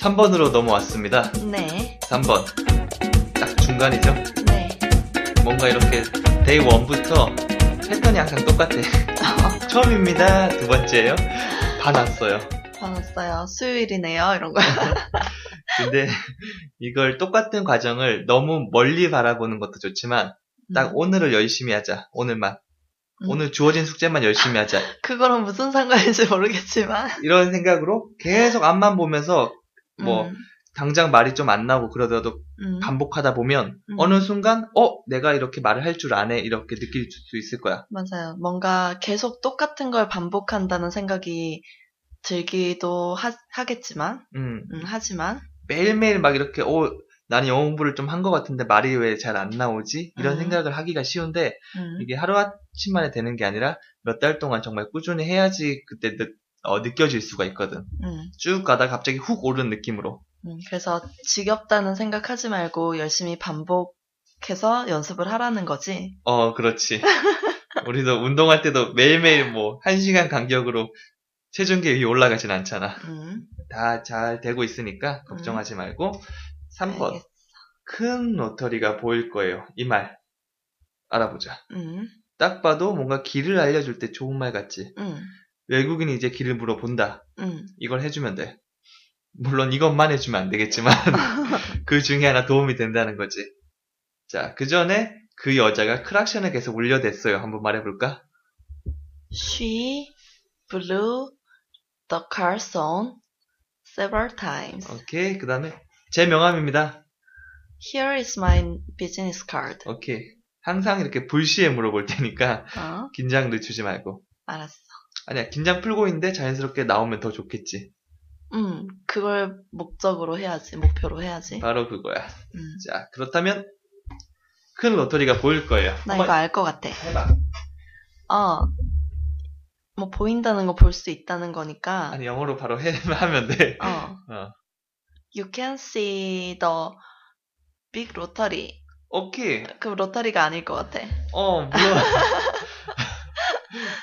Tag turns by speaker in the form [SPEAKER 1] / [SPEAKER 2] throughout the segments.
[SPEAKER 1] 3번으로 넘어왔습니다.
[SPEAKER 2] 네.
[SPEAKER 1] 3번. 딱 중간이죠?
[SPEAKER 2] 네.
[SPEAKER 1] 뭔가 이렇게 데이 원부터 패턴이 항상 똑같아. 처음입니다. 두 번째예요. 다 났어요.
[SPEAKER 2] 반았어요. 수요일이네요. 이런 거.
[SPEAKER 1] 근데 이걸 똑같은 과정을 너무 멀리 바라보는 것도 좋지만 음. 딱 오늘을 열심히 하자. 오늘만.
[SPEAKER 2] 음.
[SPEAKER 1] 오늘 주어진 숙제만 열심히 하자.
[SPEAKER 2] 그거랑 무슨 상관인지 모르겠지만.
[SPEAKER 1] 이런 생각으로 계속 앞만 보면서 뭐
[SPEAKER 2] 음,
[SPEAKER 1] 당장 말이 좀 안 나오고 그러더라도
[SPEAKER 2] 음.
[SPEAKER 1] 반복하다 보면
[SPEAKER 2] 음.
[SPEAKER 1] 어느 순간 어 내가 이렇게 말을 할 줄 아네 이렇게 느낄 수도 있을 거야.
[SPEAKER 2] 맞아요. 뭔가 계속 똑같은 걸 반복한다는 생각이 들기도 하, 하겠지만,
[SPEAKER 1] 음
[SPEAKER 2] 음, 하지만,
[SPEAKER 1] 매일매일 막 이렇게 어 나는 영어 공부를 좀 한 것 같은데 말이 왜 잘 안 나오지? 이런
[SPEAKER 2] 음.
[SPEAKER 1] 생각을 하기가 쉬운데
[SPEAKER 2] 음,
[SPEAKER 1] 이게 하루아침만에 되는 게 아니라 몇 달 동안 정말 꾸준히 해야지 그때 느, 어, 느껴질 수가 있거든.
[SPEAKER 2] 음,
[SPEAKER 1] 쭉 가다 갑자기 훅 오른 느낌으로.
[SPEAKER 2] 음. 그래서 지겹다는 생각하지 말고 열심히 반복해서 연습을 하라는 거지.
[SPEAKER 1] 어 그렇지. 우리도 운동할 때도 매일매일 뭐 한 시간 간격으로 체중계 위에 올라가진 않잖아.
[SPEAKER 2] 음,
[SPEAKER 1] 다 잘 되고 있으니까 걱정하지 말고 3번
[SPEAKER 2] 알겠-
[SPEAKER 1] 큰 로터리가 보일 거예요. 이 말 알아보자.
[SPEAKER 2] 음,
[SPEAKER 1] 딱 봐도 뭔가 길을 알려줄 때 좋은 말 같지.
[SPEAKER 2] 음,
[SPEAKER 1] 외국인이 이제 길을 물어본다.
[SPEAKER 2] 음.
[SPEAKER 1] 이걸 해주면 돼. 물론 이것만 해주면 안 되겠지만 그 중에 하나 도움이 된다는 거지. 자, 그 전에 그 여자가 크락션을 계속 울려댔어요. 한번 말해볼까?
[SPEAKER 2] She blew the car song several times.
[SPEAKER 1] 오케이. 그 다음에 제 명함입니다.
[SPEAKER 2] Here is my business card.
[SPEAKER 1] 오케이. 항상 이렇게 불시에 물어볼 테니까
[SPEAKER 2] 어?
[SPEAKER 1] 긴장 늦추지 말고.
[SPEAKER 2] 알았어.
[SPEAKER 1] 아니야, 긴장 풀고 있는데 자연스럽게 나오면 더 좋겠지.
[SPEAKER 2] 음, 그걸 목적으로 해야지, 목표로 해야지.
[SPEAKER 1] 바로 그거야.
[SPEAKER 2] 음.
[SPEAKER 1] 자, 그렇다면 큰 로터리가 보일 거예요.
[SPEAKER 2] 나
[SPEAKER 1] 한번
[SPEAKER 2] 이거 알 것 같아.
[SPEAKER 1] 해봐.
[SPEAKER 2] 어, 뭐 보인다는 거 볼 수 있다는 거니까.
[SPEAKER 1] 아니, 영어로 바로 해, 하면 돼.
[SPEAKER 2] 어.
[SPEAKER 1] 어.
[SPEAKER 2] You can see the big lottery.
[SPEAKER 1] 오케이.
[SPEAKER 2] 그 로터리가 아닐 것 같아.
[SPEAKER 1] 어, 물론.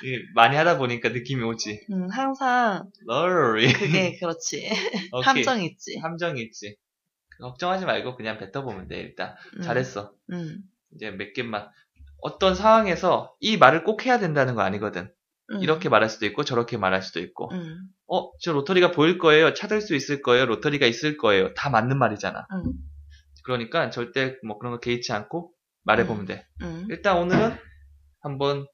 [SPEAKER 1] 이게 많이 하다 보니까 느낌이 오지.
[SPEAKER 2] 음, 항상
[SPEAKER 1] 러리.
[SPEAKER 2] 그게 그렇지.
[SPEAKER 1] 오케이.
[SPEAKER 2] 함정이 있지.
[SPEAKER 1] 함정이 있지. 걱정하지 말고 그냥 뱉어보면 돼, 일단.
[SPEAKER 2] 음,
[SPEAKER 1] 잘했어.
[SPEAKER 2] 음,
[SPEAKER 1] 이제 몇 개만. 어떤 상황에서 이 말을 꼭 해야 된다는 거 아니거든.
[SPEAKER 2] 음,
[SPEAKER 1] 이렇게 말할 수도 있고, 저렇게 말할 수도 있고.
[SPEAKER 2] 음,
[SPEAKER 1] 어, 저 로터리가 보일 거예요. 찾을 수 있을 거예요. 로터리가 있을 거예요. 다 맞는 말이잖아.
[SPEAKER 2] 음.
[SPEAKER 1] 그러니까 절대 뭐 그런 거 개의치 않고 말해보면 돼.
[SPEAKER 2] 음.
[SPEAKER 1] 일단 오늘은 한번,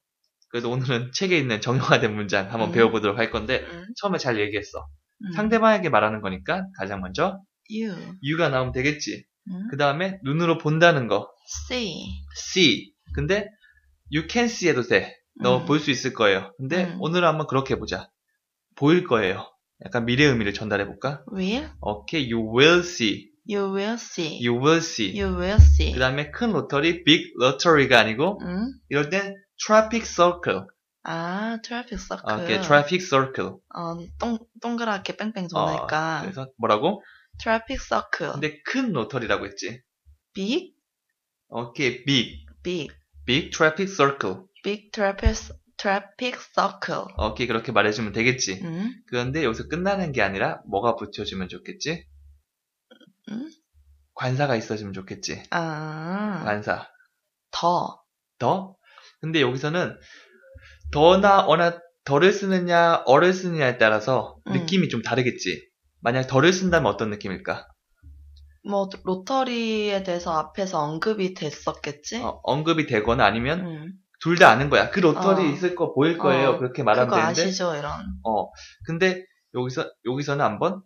[SPEAKER 1] 그래도 오늘은 책에 있는 정형화된 문장 한번
[SPEAKER 2] 음.
[SPEAKER 1] 배워보도록 할 건데,
[SPEAKER 2] 음,
[SPEAKER 1] 처음에 잘 얘기했어.
[SPEAKER 2] 음.
[SPEAKER 1] 상대방에게 말하는 거니까 가장 먼저
[SPEAKER 2] You
[SPEAKER 1] you가 나오면 되겠지.
[SPEAKER 2] 음,
[SPEAKER 1] 그 다음에 눈으로 본다는 거.
[SPEAKER 2] see.
[SPEAKER 1] see. 근데 you can see 해도 돼. 너
[SPEAKER 2] 음.
[SPEAKER 1] 볼 수 있을 거예요. 근데
[SPEAKER 2] 음.
[SPEAKER 1] 오늘 은 한번 그렇게 해보자. 보일 거예요. 약간 미래 의미를 전달해볼까?
[SPEAKER 2] Will
[SPEAKER 1] 오케이, you will see,
[SPEAKER 2] you will see.
[SPEAKER 1] you will see.
[SPEAKER 2] You will see.
[SPEAKER 1] 그 다음에 큰 로터리, big lottery가 아니고
[SPEAKER 2] 음?
[SPEAKER 1] 이럴 땐 traffic circle.
[SPEAKER 2] 아, 트래픽 서클.
[SPEAKER 1] 오케이, traffic circle.
[SPEAKER 2] 어, 동, 동그랗게 뺑뺑 도니까.
[SPEAKER 1] 아, 그래서 뭐라고?
[SPEAKER 2] 트래픽 서클.
[SPEAKER 1] 근데 큰 로터리라고 했지.
[SPEAKER 2] big,
[SPEAKER 1] 오케이, big,
[SPEAKER 2] big,
[SPEAKER 1] big traffic circle.
[SPEAKER 2] big traffic, traffic circle.
[SPEAKER 1] 오케이, 그렇게 말해주면 되겠지.
[SPEAKER 2] 음?
[SPEAKER 1] 그런데 여기서 끝나는 게 아니라 뭐가 붙여주면 좋겠지?
[SPEAKER 2] 음?
[SPEAKER 1] 관사가 있어주면 좋겠지.
[SPEAKER 2] 아,
[SPEAKER 1] 관사.
[SPEAKER 2] 더.
[SPEAKER 1] 더? 근데 여기서는 더나 어나 더를 쓰느냐 어를 쓰느냐에 따라서
[SPEAKER 2] 음.
[SPEAKER 1] 느낌이 좀 다르겠지. 만약 더를 쓴다면 어떤 느낌일까?
[SPEAKER 2] 뭐, 로터리에 대해서 앞에서 언급이 됐었겠지?
[SPEAKER 1] 어, 언급이 되거나 아니면
[SPEAKER 2] 네. 음.
[SPEAKER 1] 둘 다 아는 거야. 그 로터리
[SPEAKER 2] 어.
[SPEAKER 1] 있을 거 보일 거예요.
[SPEAKER 2] 어,
[SPEAKER 1] 그렇게
[SPEAKER 2] 그거
[SPEAKER 1] 말하면 되는데.
[SPEAKER 2] 아시죠, 이런.
[SPEAKER 1] 어. 근데 여기서 여기서는 한번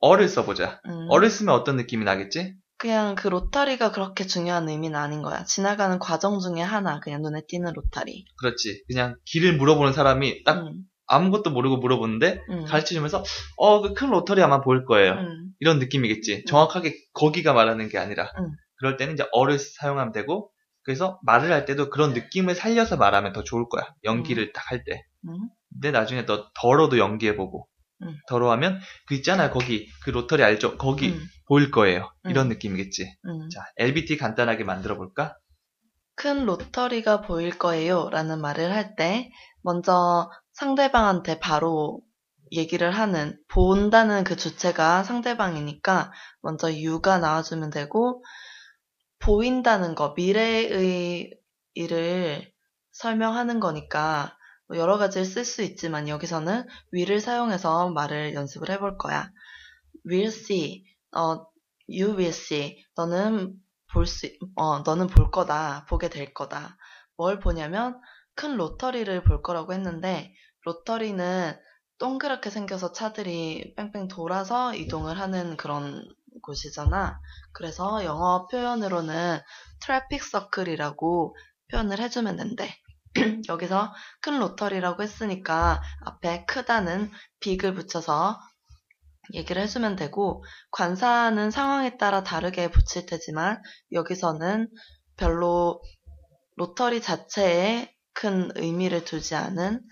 [SPEAKER 1] 어를 써보자.
[SPEAKER 2] 음.
[SPEAKER 1] 어를 쓰면 어떤 느낌이 나겠지?
[SPEAKER 2] 그냥 그 로터리가 그렇게 중요한 의미는 아닌 거야. 지나가는 과정 중에 하나, 그냥 눈에 띄는 로터리.
[SPEAKER 1] 그렇지. 그냥 길을 물어보는 사람이 딱
[SPEAKER 2] 음,
[SPEAKER 1] 아무것도 모르고 물어보는데
[SPEAKER 2] 음,
[SPEAKER 1] 가르쳐주면서 어 그 큰 로터리 아마 보일 거예요.
[SPEAKER 2] 음,
[SPEAKER 1] 이런 느낌이겠지. 정확하게 거기가 말하는 게 아니라.
[SPEAKER 2] 음.
[SPEAKER 1] 그럴 때는 이제 어를 사용하면 되고, 그래서 말을 할 때도 그런 느낌을 살려서 말하면 더 좋을 거야. 연기를 딱 할 때.
[SPEAKER 2] 네. 음.
[SPEAKER 1] 근데 나중에 너 더러도 연기해보고,
[SPEAKER 2] 음.
[SPEAKER 1] 더러 하면 그 있잖아, 거기. 그 로터리 알죠? 거기
[SPEAKER 2] 음,
[SPEAKER 1] 보일 거예요.
[SPEAKER 2] 음.
[SPEAKER 1] 이런 느낌이겠지.
[SPEAKER 2] 음.
[SPEAKER 1] 자, LBT 간단하게 만들어 볼까?
[SPEAKER 2] 큰 로터리가 보일 거예요 라는 말을 할 때, 먼저 상대방한테 바로 얘기를 하는, 본다는 그 주체가 상대방이니까 먼저 유가 나와주면 되고, 보인다는 거, 미래의 일을 설명하는 거니까 뭐 여러 가지를 쓸 수 있지만 여기서는 will을 사용해서 말을 연습을 해볼 거야. will see, 어, you will see. 너는 볼 수, 어, 너는 볼 거다. 보게 될 거다. 뭘 보냐면 큰 로터리를 볼 거라고 했는데 로터리는 동그랗게 생겨서 차들이 뺑뺑 돌아서 이동을 하는 그런 곳이잖아. 그래서 영어 표현으로는 트래픽 서클이라고 표현을 해주면 된대. 여기서 큰 로터리라고 했으니까 앞에 크다는 빅을 붙여서 얘기를 해주면 되고 관사는 상황에 따라 다르게 붙일 테지만 여기서는 별로 로터리 자체에 큰 의미를 두지 않은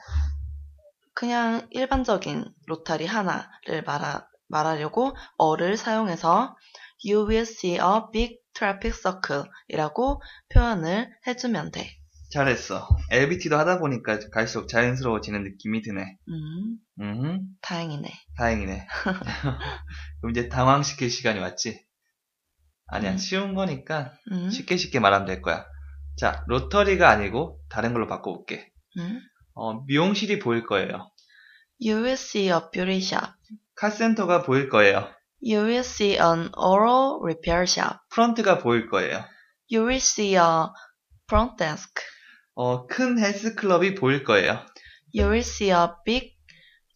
[SPEAKER 2] 그냥 일반적인 로터리 하나를 말하, 말하려고 어를 사용해서 You will see a big traffic circle 이라고 표현을 해주면 돼.
[SPEAKER 1] 잘했어. LBT도 하다 보니까 갈수록 자연스러워지는 느낌이 드네.
[SPEAKER 2] 음,
[SPEAKER 1] 음,
[SPEAKER 2] 다행이네.
[SPEAKER 1] 다행이네. 그럼 이제 당황시킬 시간이 왔지? 아니야,
[SPEAKER 2] 음.
[SPEAKER 1] 쉬운 거니까
[SPEAKER 2] 음,
[SPEAKER 1] 쉽게 쉽게 말하면 될 거야. 자, 로터리가 아니고 다른 걸로 바꿔볼게.
[SPEAKER 2] 음.
[SPEAKER 1] 어, 미용실이 보일 거예요.
[SPEAKER 2] You will see a beauty shop.
[SPEAKER 1] 카센터가 보일 거예요.
[SPEAKER 2] You will see an oral repair shop.
[SPEAKER 1] 프런트가 보일 거예요.
[SPEAKER 2] You will see a front desk.
[SPEAKER 1] 어, 큰 헬스클럽이 보일 거예요.
[SPEAKER 2] You will see a big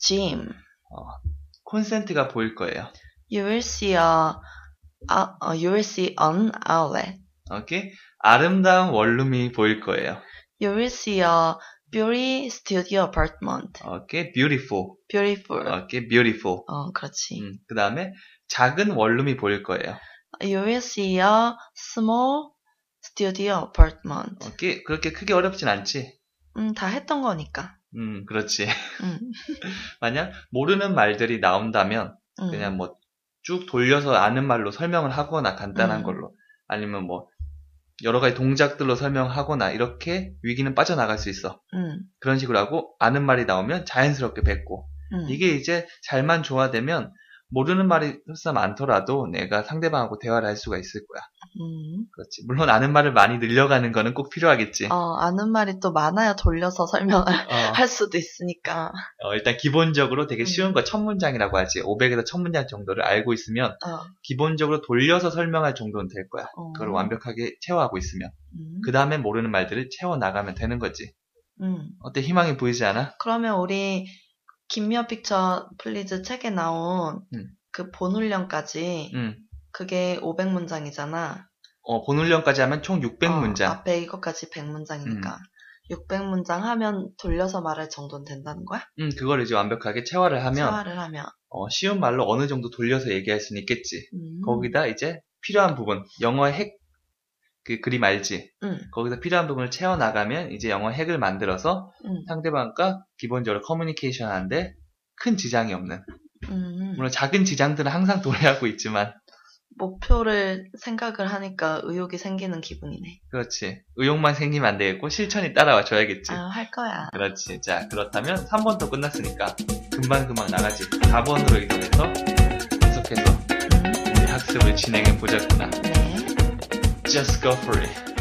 [SPEAKER 2] gym.
[SPEAKER 1] 콘센트가 보일 거예요.
[SPEAKER 2] You will see a, 아, 어, you will see an outlet.
[SPEAKER 1] 오케이? 아름다운 원룸이 보일 거예요.
[SPEAKER 2] You will see a beauty studio apartment.
[SPEAKER 1] 오케이? 어, beautiful.
[SPEAKER 2] Beautiful.
[SPEAKER 1] 오케이? beautiful.
[SPEAKER 2] 어, 그렇지.
[SPEAKER 1] 그 아. 다음에 작은 원룸이 보일 거예요.
[SPEAKER 2] You will see a small studio apartment.
[SPEAKER 1] 오케이? 어, 그렇게 크게 어렵진 않지?
[SPEAKER 2] 음, 다 했던 거니까.
[SPEAKER 1] 음, 그렇지.
[SPEAKER 2] 음,
[SPEAKER 1] 만약 모르는 말들이 나온다면
[SPEAKER 2] 음.
[SPEAKER 1] 그냥 뭐 쭉 돌려서 아는 말로 설명을 하거나 간단한
[SPEAKER 2] 음.
[SPEAKER 1] 걸로 아니면 뭐 여러 가지 동작들로 설명하거나 이렇게 위기는 빠져나갈 수 있어.
[SPEAKER 2] 음,
[SPEAKER 1] 그런 식으로 하고 아는 말이 나오면 자연스럽게 뱉고
[SPEAKER 2] 음.
[SPEAKER 1] 이게 이제 잘만 조화되면 모르는 말이 흡사 많더라도 내가 상대방하고 대화를 할 수가 있을 거야.
[SPEAKER 2] 음.
[SPEAKER 1] 그렇지. 물론 아는 말을 많이 늘려가는 거는 꼭 필요하겠지.
[SPEAKER 2] 어, 아는 말이 또 많아야 돌려서 설명을
[SPEAKER 1] 어,
[SPEAKER 2] 할 수도 있으니까.
[SPEAKER 1] 어, 일단 기본적으로 되게
[SPEAKER 2] 음.
[SPEAKER 1] 쉬운 거 첫 문장이라고 하지. 500에서 첫 문장 정도를 알고 있으면
[SPEAKER 2] 어,
[SPEAKER 1] 기본적으로 돌려서 설명할 정도는 될 거야.
[SPEAKER 2] 어.
[SPEAKER 1] 그걸 완벽하게 채워하고 있으면
[SPEAKER 2] 음.
[SPEAKER 1] 그 다음에 모르는 말들을 채워 나가면 되는 거지.
[SPEAKER 2] 음.
[SPEAKER 1] 어때 희망이 보이지 않아?
[SPEAKER 2] 그러면 우리 김미어 픽처 플리즈 책에 나온
[SPEAKER 1] 음.
[SPEAKER 2] 그 본훈련까지
[SPEAKER 1] 응.
[SPEAKER 2] 그게 500문장이잖아.
[SPEAKER 1] 음. 어, 본훈련까지 하면 총 600문장.
[SPEAKER 2] 어,
[SPEAKER 1] 음.
[SPEAKER 2] 앞에 이것까지 100문장이니까. 600문장 하면 돌려서 말할 정도는 된다는 거야?
[SPEAKER 1] 음, 그걸 이제 완벽하게 채화를 하면
[SPEAKER 2] 소화를 하면.
[SPEAKER 1] 어, 쉬운 말로 어느 정도 돌려서 얘기할 수는 있겠지.
[SPEAKER 2] 음.
[SPEAKER 1] 거기다 이제 필요한 부분, 영어의 핵, 그 그림 알지?
[SPEAKER 2] 음.
[SPEAKER 1] 거기다 필요한 부분을 채워나가면 이제 영어 핵을 만들어서
[SPEAKER 2] 음.
[SPEAKER 1] 상대방과 기본적으로 커뮤니케이션 하는데 큰 지장이 없는.
[SPEAKER 2] 음.
[SPEAKER 1] 물론 작은 지장들은 항상 도래하고 있지만,
[SPEAKER 2] 목표를 생각을 하니까 의욕이 생기는 기분이네.
[SPEAKER 1] 그렇지. 의욕만 생기면 안 되겠고 실천이 따라와 줘야겠지.
[SPEAKER 2] 아, 할 거야.
[SPEAKER 1] 그렇지. 자, 그렇다면 3번도 끝났으니까 금방금방 나가지. 4번으로 이동해서 계속해서
[SPEAKER 2] 음.
[SPEAKER 1] 우리 학습을 진행해 보자꾸나.
[SPEAKER 2] 네.
[SPEAKER 1] Just go for it.